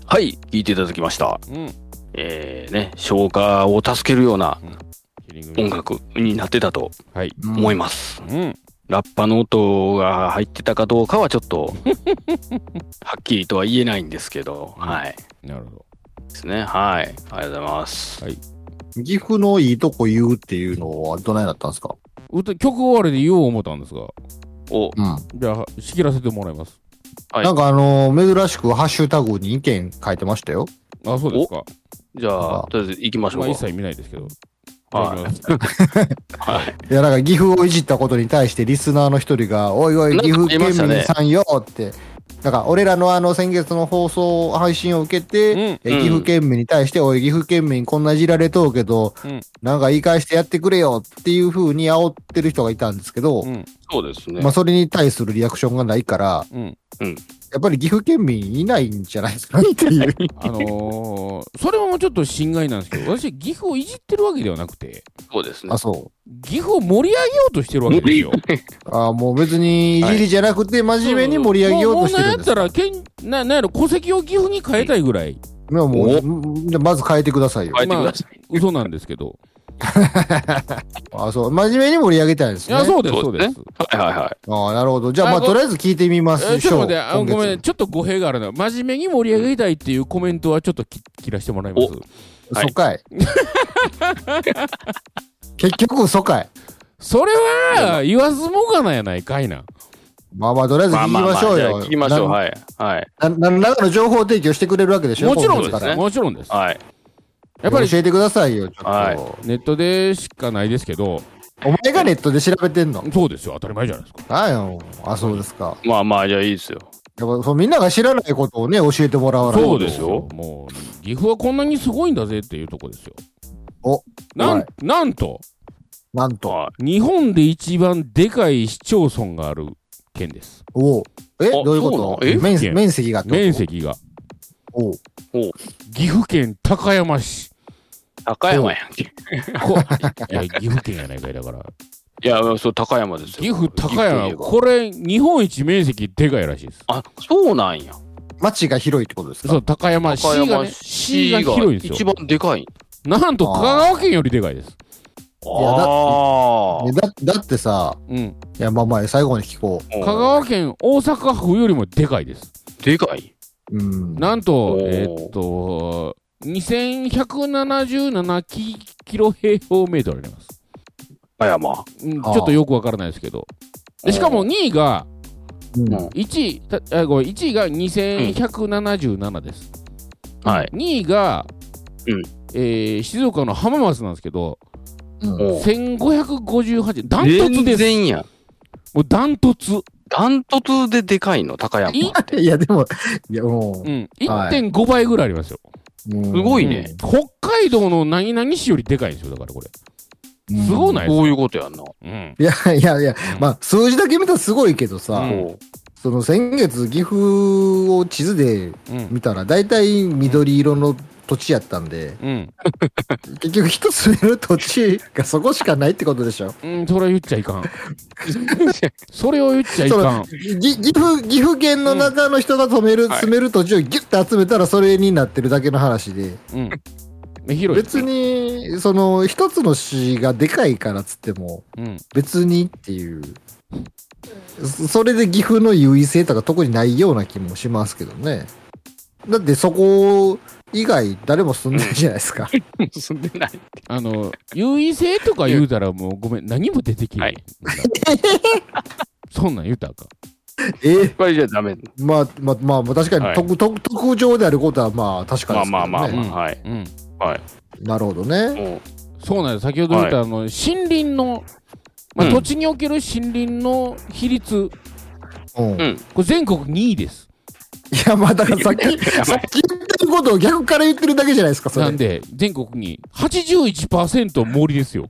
[SPEAKER 2] はい、聞いていただきました。
[SPEAKER 4] うん。
[SPEAKER 2] えー、ね、消化を助けるような
[SPEAKER 4] キリング
[SPEAKER 2] 音。楽になってたと
[SPEAKER 4] はい。
[SPEAKER 2] 思い
[SPEAKER 3] ま
[SPEAKER 2] ます。
[SPEAKER 4] うん。
[SPEAKER 2] ラッパの音が入ってたかどうかはちょっと、はっきりとは言えないんですけど、
[SPEAKER 4] うん
[SPEAKER 2] はい。
[SPEAKER 4] なるほど。
[SPEAKER 2] ですね。はい。ありがとうございます。
[SPEAKER 3] す。岐阜のいいとこ言うっていうのはどないだったんですか
[SPEAKER 4] うた曲終わりで言おう思ったんですが、
[SPEAKER 2] お、
[SPEAKER 3] うん。
[SPEAKER 4] じゃあ、仕切らせてもらいます。
[SPEAKER 2] はい
[SPEAKER 3] なんかあのー珍しくハッシュタグに意見書いてましたよ。
[SPEAKER 4] あ、そうですか。
[SPEAKER 2] じゃあ、とりあえず行きましょ
[SPEAKER 4] まあ、
[SPEAKER 2] う
[SPEAKER 4] 一切見ないですけど。
[SPEAKER 2] か。はいい
[SPEAKER 4] ただきます
[SPEAKER 3] いや、だから岐阜をいじったことに対してリスナーの一人が、おいおい、
[SPEAKER 2] なんか
[SPEAKER 3] 岐阜
[SPEAKER 2] 言いま
[SPEAKER 3] 県
[SPEAKER 2] したね
[SPEAKER 3] 民さんよって、だから俺らのあの先月の放送配信を受けて、
[SPEAKER 2] うん
[SPEAKER 3] え岐阜県民に対して、おい、岐阜県民こんないじられとうけど、
[SPEAKER 4] うん
[SPEAKER 3] なんか言い返してやってくれよっていう風に煽ってる人がいたんですけど、
[SPEAKER 4] うん。
[SPEAKER 2] そうですね。
[SPEAKER 3] まあそれに対するリアクションがないから、
[SPEAKER 4] うん。
[SPEAKER 3] やっぱり岐阜県民いないんじゃないですかって いう。
[SPEAKER 4] あのー、それもちょっと心外なんですけど、私、岐阜をいじってるわけではなくて、
[SPEAKER 2] そうですね
[SPEAKER 3] あ、。そ
[SPEAKER 4] 岐阜を盛り上げようとしてるわけです よ。
[SPEAKER 3] う。あもう別にいじりじゃなくて、真面目に盛り上げようとしてるんです
[SPEAKER 4] もう。なんやったら、けんななんやろ、戸籍を岐阜に変えたいぐらい、
[SPEAKER 3] いやもう、じゃあまず変えてくださいよ。
[SPEAKER 2] 変えてください。
[SPEAKER 4] 嘘なんですけど。
[SPEAKER 3] あ、そう。真面目に盛り上げたいんです
[SPEAKER 4] い
[SPEAKER 3] ね。
[SPEAKER 4] や、そうです、そ
[SPEAKER 2] そうう
[SPEAKER 4] で
[SPEAKER 2] ですすね。はいはいはい。
[SPEAKER 3] ああ、なるほど。じゃあ、ま
[SPEAKER 4] あ
[SPEAKER 3] あ、
[SPEAKER 4] ご
[SPEAKER 3] とりあえず聞いてみます。
[SPEAKER 4] えちょっと待って、あ
[SPEAKER 3] 今月
[SPEAKER 4] ごめん、ちょっと語弊があるな。真面目に盛り上げたいっていうコメントはちょっとき切らしてもらいます。
[SPEAKER 2] はい
[SPEAKER 3] 疎開。結局、疎開。
[SPEAKER 4] それは、言わずもがなやないかいな。
[SPEAKER 3] まあまあ、とりあえず聞きましょう
[SPEAKER 2] じゃあ
[SPEAKER 3] よ。
[SPEAKER 2] 聞きましょう。
[SPEAKER 3] い。
[SPEAKER 2] はい。はい。
[SPEAKER 3] 何らかの情報提供してくれるわけでしょ
[SPEAKER 4] もちろん
[SPEAKER 3] 今
[SPEAKER 4] で
[SPEAKER 3] 月
[SPEAKER 4] す
[SPEAKER 3] から
[SPEAKER 4] ね。もちろんです。
[SPEAKER 2] はい。
[SPEAKER 4] やっぱり
[SPEAKER 3] 教えてくださいよ、ちょっと。
[SPEAKER 2] は
[SPEAKER 4] ネットでしかないですけど、
[SPEAKER 3] お前がネットで調べてんの。
[SPEAKER 4] そうですよ、当たり前じゃないですか。
[SPEAKER 3] あよ。あ、そうですか。
[SPEAKER 2] まあまあ、じゃあいいですよ。
[SPEAKER 3] やっぱそうみんなが知らないことをね、教えてもらわないと
[SPEAKER 4] そ
[SPEAKER 2] そうう
[SPEAKER 4] で
[SPEAKER 2] ですす
[SPEAKER 4] よ
[SPEAKER 2] よ。
[SPEAKER 4] もう、岐阜はこんなにすごいんだぜっていうとこですよ。
[SPEAKER 3] お
[SPEAKER 4] な
[SPEAKER 3] は
[SPEAKER 4] ん
[SPEAKER 3] い
[SPEAKER 4] なんと、
[SPEAKER 3] なんと。
[SPEAKER 2] はい。
[SPEAKER 4] 日本で一番でかい市町村がある県です。
[SPEAKER 3] おうえ、
[SPEAKER 2] あ
[SPEAKER 3] どういうこ
[SPEAKER 2] そうなの
[SPEAKER 3] と
[SPEAKER 2] え
[SPEAKER 3] 面
[SPEAKER 4] 県
[SPEAKER 3] 面積がってこと
[SPEAKER 4] 面。積が、
[SPEAKER 3] おう
[SPEAKER 4] 岐阜県高山市。
[SPEAKER 2] 高山やんけ。
[SPEAKER 4] こいや、岐阜県やないかいだから。
[SPEAKER 2] いや、そう、高山ですよ。
[SPEAKER 4] 岐阜高
[SPEAKER 2] 岐
[SPEAKER 4] 山、
[SPEAKER 2] 阜といえば
[SPEAKER 4] これ、日本一面積でかいらしいです。
[SPEAKER 2] あ、そうなんや。
[SPEAKER 3] 町が広いってことですか
[SPEAKER 4] そう、高山、市
[SPEAKER 2] 高
[SPEAKER 4] が、
[SPEAKER 2] 山
[SPEAKER 4] ね、市が広いんです
[SPEAKER 2] 一
[SPEAKER 4] よ。
[SPEAKER 2] 番でかい。
[SPEAKER 4] なんと香川県よりでかいです。
[SPEAKER 3] やだ
[SPEAKER 2] あ
[SPEAKER 3] ねだだってさ、
[SPEAKER 4] うん。
[SPEAKER 3] いや、まあまあ、最後に聞こ
[SPEAKER 2] あ。
[SPEAKER 4] 香川県、大阪府よりもでかいです。
[SPEAKER 2] でかい。
[SPEAKER 3] う。うん。
[SPEAKER 4] なんと
[SPEAKER 2] お、ー
[SPEAKER 4] えーっと、2177キキロ平方メートルあります。
[SPEAKER 2] 高山。
[SPEAKER 4] うんち
[SPEAKER 3] あー
[SPEAKER 4] ょっとよくわからないですけど。でしかも2位が、
[SPEAKER 3] うん
[SPEAKER 2] うん
[SPEAKER 4] 1位、たあごめん、1位が2177です。
[SPEAKER 2] はい。
[SPEAKER 4] 2位が、
[SPEAKER 2] うん
[SPEAKER 4] えー静岡の浜松なんですけど、
[SPEAKER 3] うん
[SPEAKER 4] 1558、ダントツで
[SPEAKER 2] 全
[SPEAKER 4] す。
[SPEAKER 2] 然やん。
[SPEAKER 4] もうダントツ。
[SPEAKER 2] ダントツででかいの、高山。
[SPEAKER 4] い
[SPEAKER 3] いや、でも、いや、も
[SPEAKER 4] うん。
[SPEAKER 3] はい
[SPEAKER 4] 1.5倍ぐらいありますよ。
[SPEAKER 3] う、うん、す
[SPEAKER 2] すごいね
[SPEAKER 4] うん北海道の何々市よりでかいんですよ、だからこれ。すごないです
[SPEAKER 2] こ
[SPEAKER 4] か
[SPEAKER 2] ういうことやんな。
[SPEAKER 4] うん。
[SPEAKER 3] いやいやいや、まあ、数字だけ見たらすごいけどさ、
[SPEAKER 4] うん
[SPEAKER 2] こ
[SPEAKER 3] その先月、岐阜を地図
[SPEAKER 4] う
[SPEAKER 3] で
[SPEAKER 4] ん。
[SPEAKER 3] 見たら、大体緑色の土地やったんで、
[SPEAKER 4] うん。
[SPEAKER 3] 結局一つ目の土地がそこしかないってことでしょ。
[SPEAKER 4] うん、それは言っちゃ いかん。それを言っちゃい
[SPEAKER 3] そ
[SPEAKER 4] かん
[SPEAKER 3] の。ぎ岐阜、岐阜県の中の人が止める、
[SPEAKER 2] はい
[SPEAKER 3] 住める土地をギュッて集めたらそれになってるだけの話で、
[SPEAKER 4] うん。ね広い。
[SPEAKER 3] 別。に、その一つの市がでかいからっつっても、
[SPEAKER 4] うん。
[SPEAKER 3] 別にっていう。そそれで岐阜の優位性とか特にないような気もしますけどね。だってそこ以外誰も住んでるじゃないですか。
[SPEAKER 2] う。住んでない。
[SPEAKER 4] あの、優位性とか言うたらもうごめん、何も出てきな
[SPEAKER 2] はいい。
[SPEAKER 4] そんなん言うたらあかん。
[SPEAKER 3] え
[SPEAKER 2] これじゃダメ。
[SPEAKER 3] まあまあまあまあ確か
[SPEAKER 2] は
[SPEAKER 3] に
[SPEAKER 2] い
[SPEAKER 3] 特、特特徴であることはまあ確
[SPEAKER 2] ま
[SPEAKER 3] かで
[SPEAKER 2] あ
[SPEAKER 3] すけど、ね。
[SPEAKER 2] まあまあま
[SPEAKER 4] うん
[SPEAKER 2] あ。はい。
[SPEAKER 4] うん。
[SPEAKER 3] なるほどね。
[SPEAKER 2] も
[SPEAKER 4] そうなんです。先ほど言った、あの、森林の、まあ、
[SPEAKER 2] うん
[SPEAKER 4] 土地における森林の比率、
[SPEAKER 3] うん。
[SPEAKER 2] うん
[SPEAKER 3] い
[SPEAKER 4] これ全国2位です。
[SPEAKER 3] やまあだからさっき、 さっき言ってることを逆から言ってるだけじゃないですか、それ。
[SPEAKER 4] なんで、全国2位。81%森ですよ。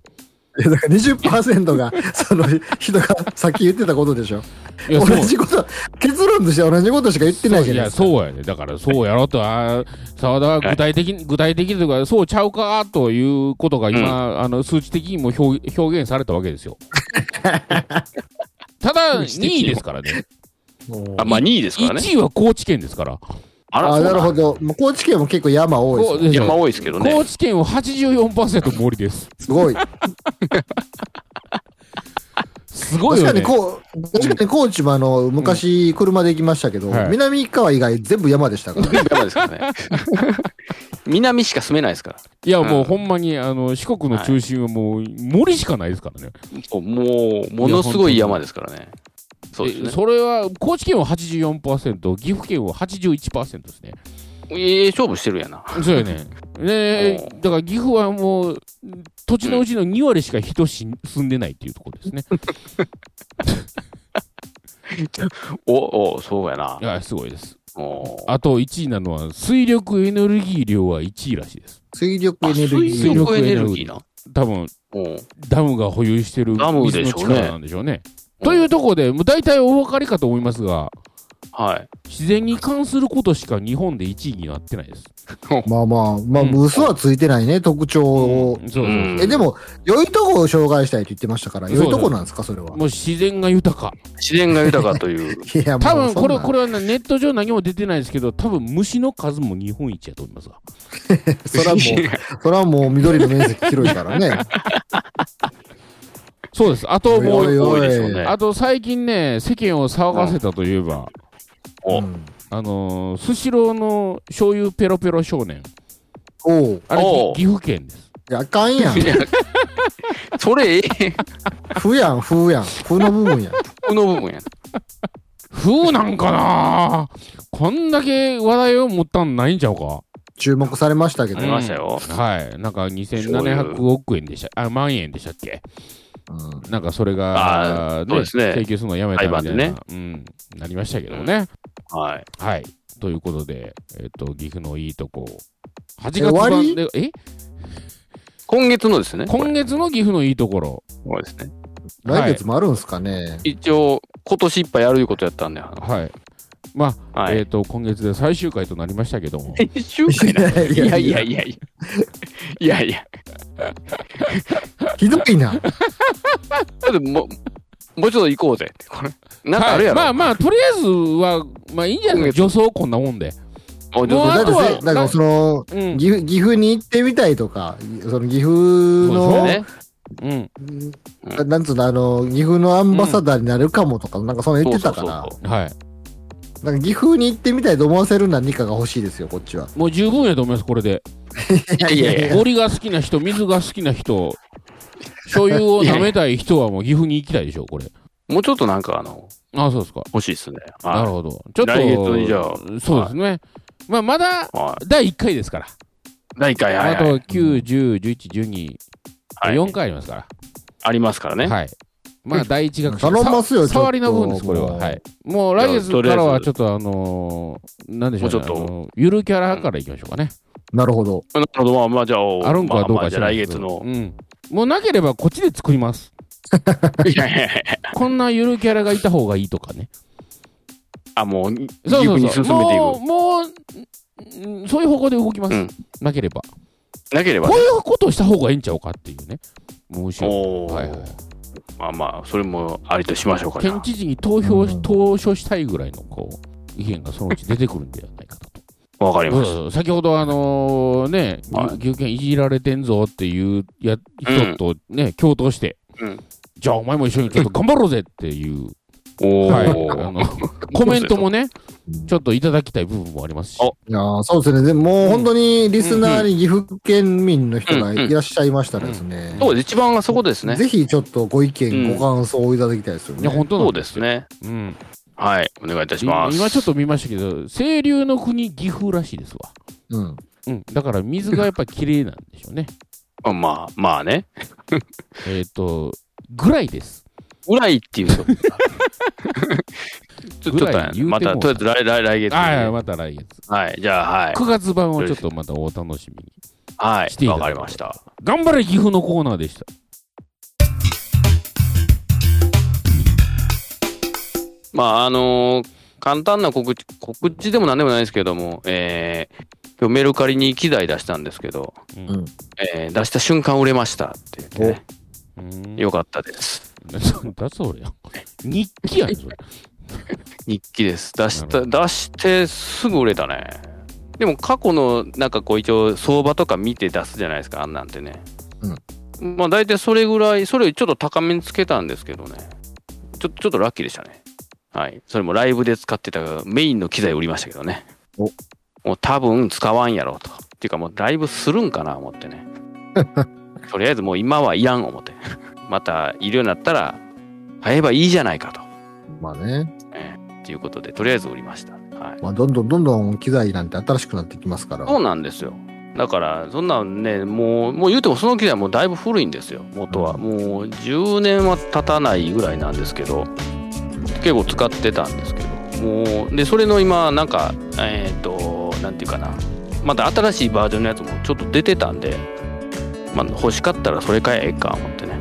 [SPEAKER 3] いやだから20%が、 その人がさっき言ってたことでしょ。
[SPEAKER 4] いや、
[SPEAKER 3] 同
[SPEAKER 4] そう。
[SPEAKER 3] じこと、結論として同じことしか言ってないじゃないですか。
[SPEAKER 4] そうやね。だからそうやろと、あー澤田は具体的に、具体的というか、そうちゃうかということが今、あの数値的にも表表現されたわけですよ。ただ、
[SPEAKER 2] 数値的にも
[SPEAKER 4] 2位ですからね。
[SPEAKER 2] うあ、まあ2位ですからね。
[SPEAKER 4] 1位は高知県ですから。
[SPEAKER 2] あ
[SPEAKER 3] あ
[SPEAKER 2] ら、
[SPEAKER 3] あ、
[SPEAKER 2] そう
[SPEAKER 3] な
[SPEAKER 2] な
[SPEAKER 3] る
[SPEAKER 2] る
[SPEAKER 3] ほど。もう高知県も結構山多いです
[SPEAKER 4] こ
[SPEAKER 3] よ
[SPEAKER 4] うでしょ
[SPEAKER 2] 山多いですけどね
[SPEAKER 4] 高。知県は84%森です。
[SPEAKER 3] すごい。
[SPEAKER 4] すごい
[SPEAKER 3] 確か
[SPEAKER 4] よね。
[SPEAKER 3] にこう、確かに高知もあの、昔車で行きましたけど、
[SPEAKER 4] はい
[SPEAKER 3] 南川以外全部山でしたから。
[SPEAKER 2] 山ですから ね。南しか住めないですから。
[SPEAKER 4] いや、
[SPEAKER 2] うん
[SPEAKER 4] もうほんまに、あの、四国の中心はもう森しかないですからね。
[SPEAKER 2] もう、ものすごい山ですからね。そうです
[SPEAKER 4] え
[SPEAKER 2] ね。
[SPEAKER 4] それは、高知県は84%、岐阜県は81%ですね。
[SPEAKER 2] ええ勝負してるやな。
[SPEAKER 4] そうよね。ね
[SPEAKER 2] おう
[SPEAKER 4] だから岐阜はもう、土地のうちの2割しか人し住んでないっていうところですね。。
[SPEAKER 2] お、お、そうやない
[SPEAKER 4] や、すごいです。
[SPEAKER 2] お
[SPEAKER 4] あと1位なのは、水力エネルギー量は1位らしいです。
[SPEAKER 3] 水力エ
[SPEAKER 2] あ
[SPEAKER 3] ネルギ
[SPEAKER 2] 水
[SPEAKER 3] ー。
[SPEAKER 2] 力エネルギーな。
[SPEAKER 4] 多分、
[SPEAKER 2] お
[SPEAKER 4] ダムが保有してる
[SPEAKER 2] ダム
[SPEAKER 4] 水
[SPEAKER 2] で
[SPEAKER 4] の
[SPEAKER 2] しょうね
[SPEAKER 4] 力なんでしょうね。というところで、もう大体お分かりかと思いますが、
[SPEAKER 2] はい。
[SPEAKER 4] 自然に関することしか日本で1位になってないです。
[SPEAKER 3] まあまあ、まあ、
[SPEAKER 4] うん
[SPEAKER 3] 嘘はついてないね、特徴を
[SPEAKER 4] そ。うそうそう
[SPEAKER 2] うん
[SPEAKER 3] え、でも、良いとこを紹介したいって言ってましたから、
[SPEAKER 4] そうそう
[SPEAKER 3] 良いとこなんですか、それは。
[SPEAKER 4] もう自然が豊か。
[SPEAKER 2] 自然が豊かという。
[SPEAKER 3] いや、もう
[SPEAKER 4] 多分これ、こ
[SPEAKER 3] れ、
[SPEAKER 4] れはねネット上何も出てないですけど、多分虫の数も日本一やと思いますが。
[SPEAKER 3] そらもう、そらもう緑の面積広いからね。
[SPEAKER 4] そうです。あとも、
[SPEAKER 3] おいう
[SPEAKER 2] 多いですよね。
[SPEAKER 4] あと最近ね、世間を騒がせたといえば、
[SPEAKER 2] お
[SPEAKER 3] うん
[SPEAKER 4] あのー、スシローの醤油ペロペロ少年。
[SPEAKER 3] おう。い
[SPEAKER 4] あれ
[SPEAKER 2] おう、
[SPEAKER 4] 岐岐阜県です。
[SPEAKER 3] や、あかんやん。
[SPEAKER 2] それ、ええ
[SPEAKER 3] ふやん、ふやん。ふの部分やん。
[SPEAKER 2] この部分や。
[SPEAKER 4] 風なんかなこんだけ話題を持ったんないんちゃうか
[SPEAKER 3] 注目されましたけど
[SPEAKER 2] あり。ましたよ。
[SPEAKER 4] はい。なんか2700億円でした。あ、万円でしたっけ
[SPEAKER 3] うん
[SPEAKER 4] なんかそれが、
[SPEAKER 2] あーそうですね
[SPEAKER 4] 請求するのやめたみたいな、
[SPEAKER 2] 裁判でね
[SPEAKER 4] うん、なりましたけどね。
[SPEAKER 2] はい。
[SPEAKER 4] はい。ということで、えっ、と、岐阜のいいとこ。8月
[SPEAKER 3] 終わ
[SPEAKER 4] 版
[SPEAKER 3] り
[SPEAKER 4] で、え
[SPEAKER 2] 今月のですね。これ
[SPEAKER 4] 今月の岐阜のいいところ。
[SPEAKER 2] そうですね。
[SPEAKER 3] 来月もあるんすかね。
[SPEAKER 2] 一応、今年いっぱいやるいうことやったんで。は
[SPEAKER 4] はい。まあ、
[SPEAKER 2] い
[SPEAKER 4] えっ、。と、今月で最終回となりましたけども。
[SPEAKER 2] 編集会な
[SPEAKER 3] い
[SPEAKER 2] い
[SPEAKER 3] や
[SPEAKER 2] や
[SPEAKER 3] い
[SPEAKER 2] い
[SPEAKER 3] や
[SPEAKER 2] やいやいや。いやいや。
[SPEAKER 3] ひどいな。
[SPEAKER 2] ちょっともう、もうちょっと行こうぜ。これ。なんかあるやろ。
[SPEAKER 4] はいまあまあ、とりあえずは、まあいいんじゃないですか。女装こんなもんで。
[SPEAKER 2] お
[SPEAKER 4] もう
[SPEAKER 2] 上
[SPEAKER 4] あ
[SPEAKER 3] だ
[SPEAKER 2] 手
[SPEAKER 4] と
[SPEAKER 3] って
[SPEAKER 2] だ
[SPEAKER 4] は
[SPEAKER 3] せ、だからその、
[SPEAKER 4] うん。
[SPEAKER 3] 岐阜岐阜に行ってみたいとか、その岐阜
[SPEAKER 4] そう
[SPEAKER 3] の、
[SPEAKER 2] ね。
[SPEAKER 4] うん。
[SPEAKER 3] ななんつうの、あの、岐阜のアンバサダーになるかもとか、なんかその言ってたから、
[SPEAKER 2] そうそうそう
[SPEAKER 4] はい。
[SPEAKER 3] なんか岐阜に行ってみたいと思わせる何かが欲しいですよ、こっちは。
[SPEAKER 4] もう十分やと思います、これで。
[SPEAKER 2] いやいやいや。
[SPEAKER 4] 森が好きな人、水が好きな人、醤油を舐めたい人はもう岐阜に行きたいでしょ、これ。
[SPEAKER 2] もうちょっとなんかあの、
[SPEAKER 4] ああ、そうですか。
[SPEAKER 2] 欲しいっすね。
[SPEAKER 4] な
[SPEAKER 2] は
[SPEAKER 4] るほど。ちょっと、
[SPEAKER 2] 来月にじゃあ
[SPEAKER 4] そうですね。まあ、まだ
[SPEAKER 2] い。はい。
[SPEAKER 4] 第1回ですから。
[SPEAKER 2] 第1回、はい
[SPEAKER 4] あ
[SPEAKER 2] はい。
[SPEAKER 4] と9、10、11、12、
[SPEAKER 2] はい
[SPEAKER 4] 4回ありますか
[SPEAKER 2] ありますからね。
[SPEAKER 4] ら。はい。まあ、第1学
[SPEAKER 3] 頼みますよ
[SPEAKER 4] さ触りの分です、
[SPEAKER 3] ち
[SPEAKER 4] こ
[SPEAKER 3] ょっ
[SPEAKER 4] れ
[SPEAKER 3] と
[SPEAKER 4] は。はい。もう来月からはちょっと、あのー、なんでしょうね。
[SPEAKER 2] もうちょっと
[SPEAKER 4] あのゆるキャラからいきましょうかね。
[SPEAKER 3] なるほど。
[SPEAKER 2] なるほど。まあまあ、じゃあ、
[SPEAKER 4] あるんかど
[SPEAKER 2] まあ
[SPEAKER 4] う
[SPEAKER 2] ま
[SPEAKER 4] か
[SPEAKER 2] あ
[SPEAKER 4] 知
[SPEAKER 2] じゃあ
[SPEAKER 4] らない
[SPEAKER 2] 来
[SPEAKER 4] ですけ
[SPEAKER 2] 月
[SPEAKER 4] ど
[SPEAKER 2] の。
[SPEAKER 4] うん。もうなければこっちで作ります。
[SPEAKER 2] いやいやいや
[SPEAKER 4] こんなゆるキャラがいた方がいいとかね。
[SPEAKER 2] あ、もう、岐
[SPEAKER 4] そうそ
[SPEAKER 2] 阜
[SPEAKER 4] う
[SPEAKER 2] に
[SPEAKER 4] そ
[SPEAKER 2] 進
[SPEAKER 4] う。
[SPEAKER 2] めてい
[SPEAKER 4] もう、
[SPEAKER 2] く。
[SPEAKER 4] もう、んそういう方向で動きま
[SPEAKER 2] う
[SPEAKER 4] す
[SPEAKER 2] ん。
[SPEAKER 4] なければ。
[SPEAKER 2] なければ
[SPEAKER 4] こう。いうことをした方がいいんちゃうかっていうね。もう後ろ。
[SPEAKER 2] おー
[SPEAKER 4] はいはい。
[SPEAKER 2] まあまあ、それもありとしましょうか
[SPEAKER 4] 県
[SPEAKER 2] ね。
[SPEAKER 4] 知事に投票
[SPEAKER 3] う
[SPEAKER 4] し、
[SPEAKER 3] ん
[SPEAKER 4] 投書したいぐらいの、こう、意見がそのうち出てくるんではないかと。
[SPEAKER 2] わかり
[SPEAKER 4] そう
[SPEAKER 2] ま
[SPEAKER 4] そう
[SPEAKER 2] し
[SPEAKER 4] そう先ほど、あのーね、ぎ
[SPEAKER 2] はい
[SPEAKER 4] 岐阜県いじられてんぞっていうや人とね、共闘して、
[SPEAKER 2] うん
[SPEAKER 4] じゃあお前も一緒にちょっと頑張ろうぜっていう、
[SPEAKER 2] た。お
[SPEAKER 4] はい、あ
[SPEAKER 2] ー
[SPEAKER 4] の、 コメントもね、ちょっといただきたい部分もありますし。
[SPEAKER 2] お
[SPEAKER 3] いやーそうですね。でももう本当にリスナーに岐阜県民の人がいらっしゃいましたらですね。
[SPEAKER 2] そうです。一番はそこですね。
[SPEAKER 3] ぜひちょっとご意
[SPEAKER 2] う
[SPEAKER 3] 見、
[SPEAKER 2] ん
[SPEAKER 3] ご感想をいただきたいですよ
[SPEAKER 4] いや、
[SPEAKER 3] ね。
[SPEAKER 4] 本当
[SPEAKER 2] そ
[SPEAKER 4] な
[SPEAKER 2] うん
[SPEAKER 4] で。
[SPEAKER 2] ですすね。
[SPEAKER 4] うん、
[SPEAKER 2] はい。お願いいたし
[SPEAKER 4] 今
[SPEAKER 2] ます。
[SPEAKER 4] 今ちょっと見ましたけど、清流の国、岐阜らしいですわ。
[SPEAKER 3] うん。
[SPEAKER 4] うん、だから水がやっぱ綺麗なんでしょうね。
[SPEAKER 2] と。まあ、まあね。
[SPEAKER 4] えっと、ぐらいです。
[SPEAKER 2] ぐらいっていう。ちょ ちょっ
[SPEAKER 4] ぐ
[SPEAKER 2] と
[SPEAKER 4] ら
[SPEAKER 2] ね、
[SPEAKER 4] い言うても
[SPEAKER 2] また、とりあえず来来来月に
[SPEAKER 4] ああ、また来月。
[SPEAKER 2] はい。じゃあ、はい。
[SPEAKER 4] 9月版をちょっとまたお楽しみに。
[SPEAKER 2] は
[SPEAKER 4] して
[SPEAKER 2] い。
[SPEAKER 4] いただ
[SPEAKER 2] わ
[SPEAKER 4] いて
[SPEAKER 2] かりました。
[SPEAKER 4] 頑張れ岐阜のコーナーでした。
[SPEAKER 2] まあ、あのー簡単な告知、告知でも何でもないですけども、えー、今日メルカリに機材出したんですけど、
[SPEAKER 4] うん
[SPEAKER 2] えー出した瞬間売れましたって言ってね、
[SPEAKER 4] うん
[SPEAKER 2] よかったです。
[SPEAKER 4] なんだそれ。日記やん、それ。
[SPEAKER 2] 日記です。出し
[SPEAKER 4] な
[SPEAKER 2] た、
[SPEAKER 4] るほど
[SPEAKER 2] 出してすぐ売れたね。でも過去のなんかこう一応相場とか見て出すじゃないですか、あんなんてね。まあ大体それぐらい、それよりちょっと高めにつけたんですけどね。ちょちょっとラッキーでしたね。はい。それもライブで使ってたメインの機材売りましたけどね。
[SPEAKER 3] お
[SPEAKER 2] もう多分使わんやろうと。っていうかもうライブするんかな思って ね。とりあえずもう今はいらん思って。またいるようになったら買えばいいじゃないかと。
[SPEAKER 3] まあね。
[SPEAKER 2] ということで、とりあえず売りました。はい。
[SPEAKER 3] まあ、どんどんどんどん機材なんて新しくなってきますから。
[SPEAKER 2] そうなんですよ。だから、そんなんね、もう、もう言うてもその機材もうだいぶ古いんですよ、元は。もう10年は経たないぐらいなんですけど、結構使ってたんですけど、もう、で、それの今、なんか、えっ、と、なんていうかな、また新しいバージョンのやつもちょっと出てたんで、まあ、欲しかったらそれ買えばええか、思ってね。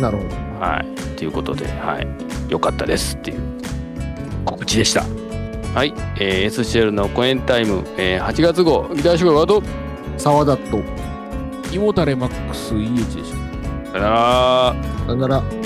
[SPEAKER 3] なるほど。
[SPEAKER 2] はい。ということで、はい。よかったですっていう告知でした。はい。えー SCL の公演タイム、えー8月号、ギター集合ワード。
[SPEAKER 3] 沢田と、
[SPEAKER 4] イモタレマックスイエチでした
[SPEAKER 2] さよなら。
[SPEAKER 3] さよなら。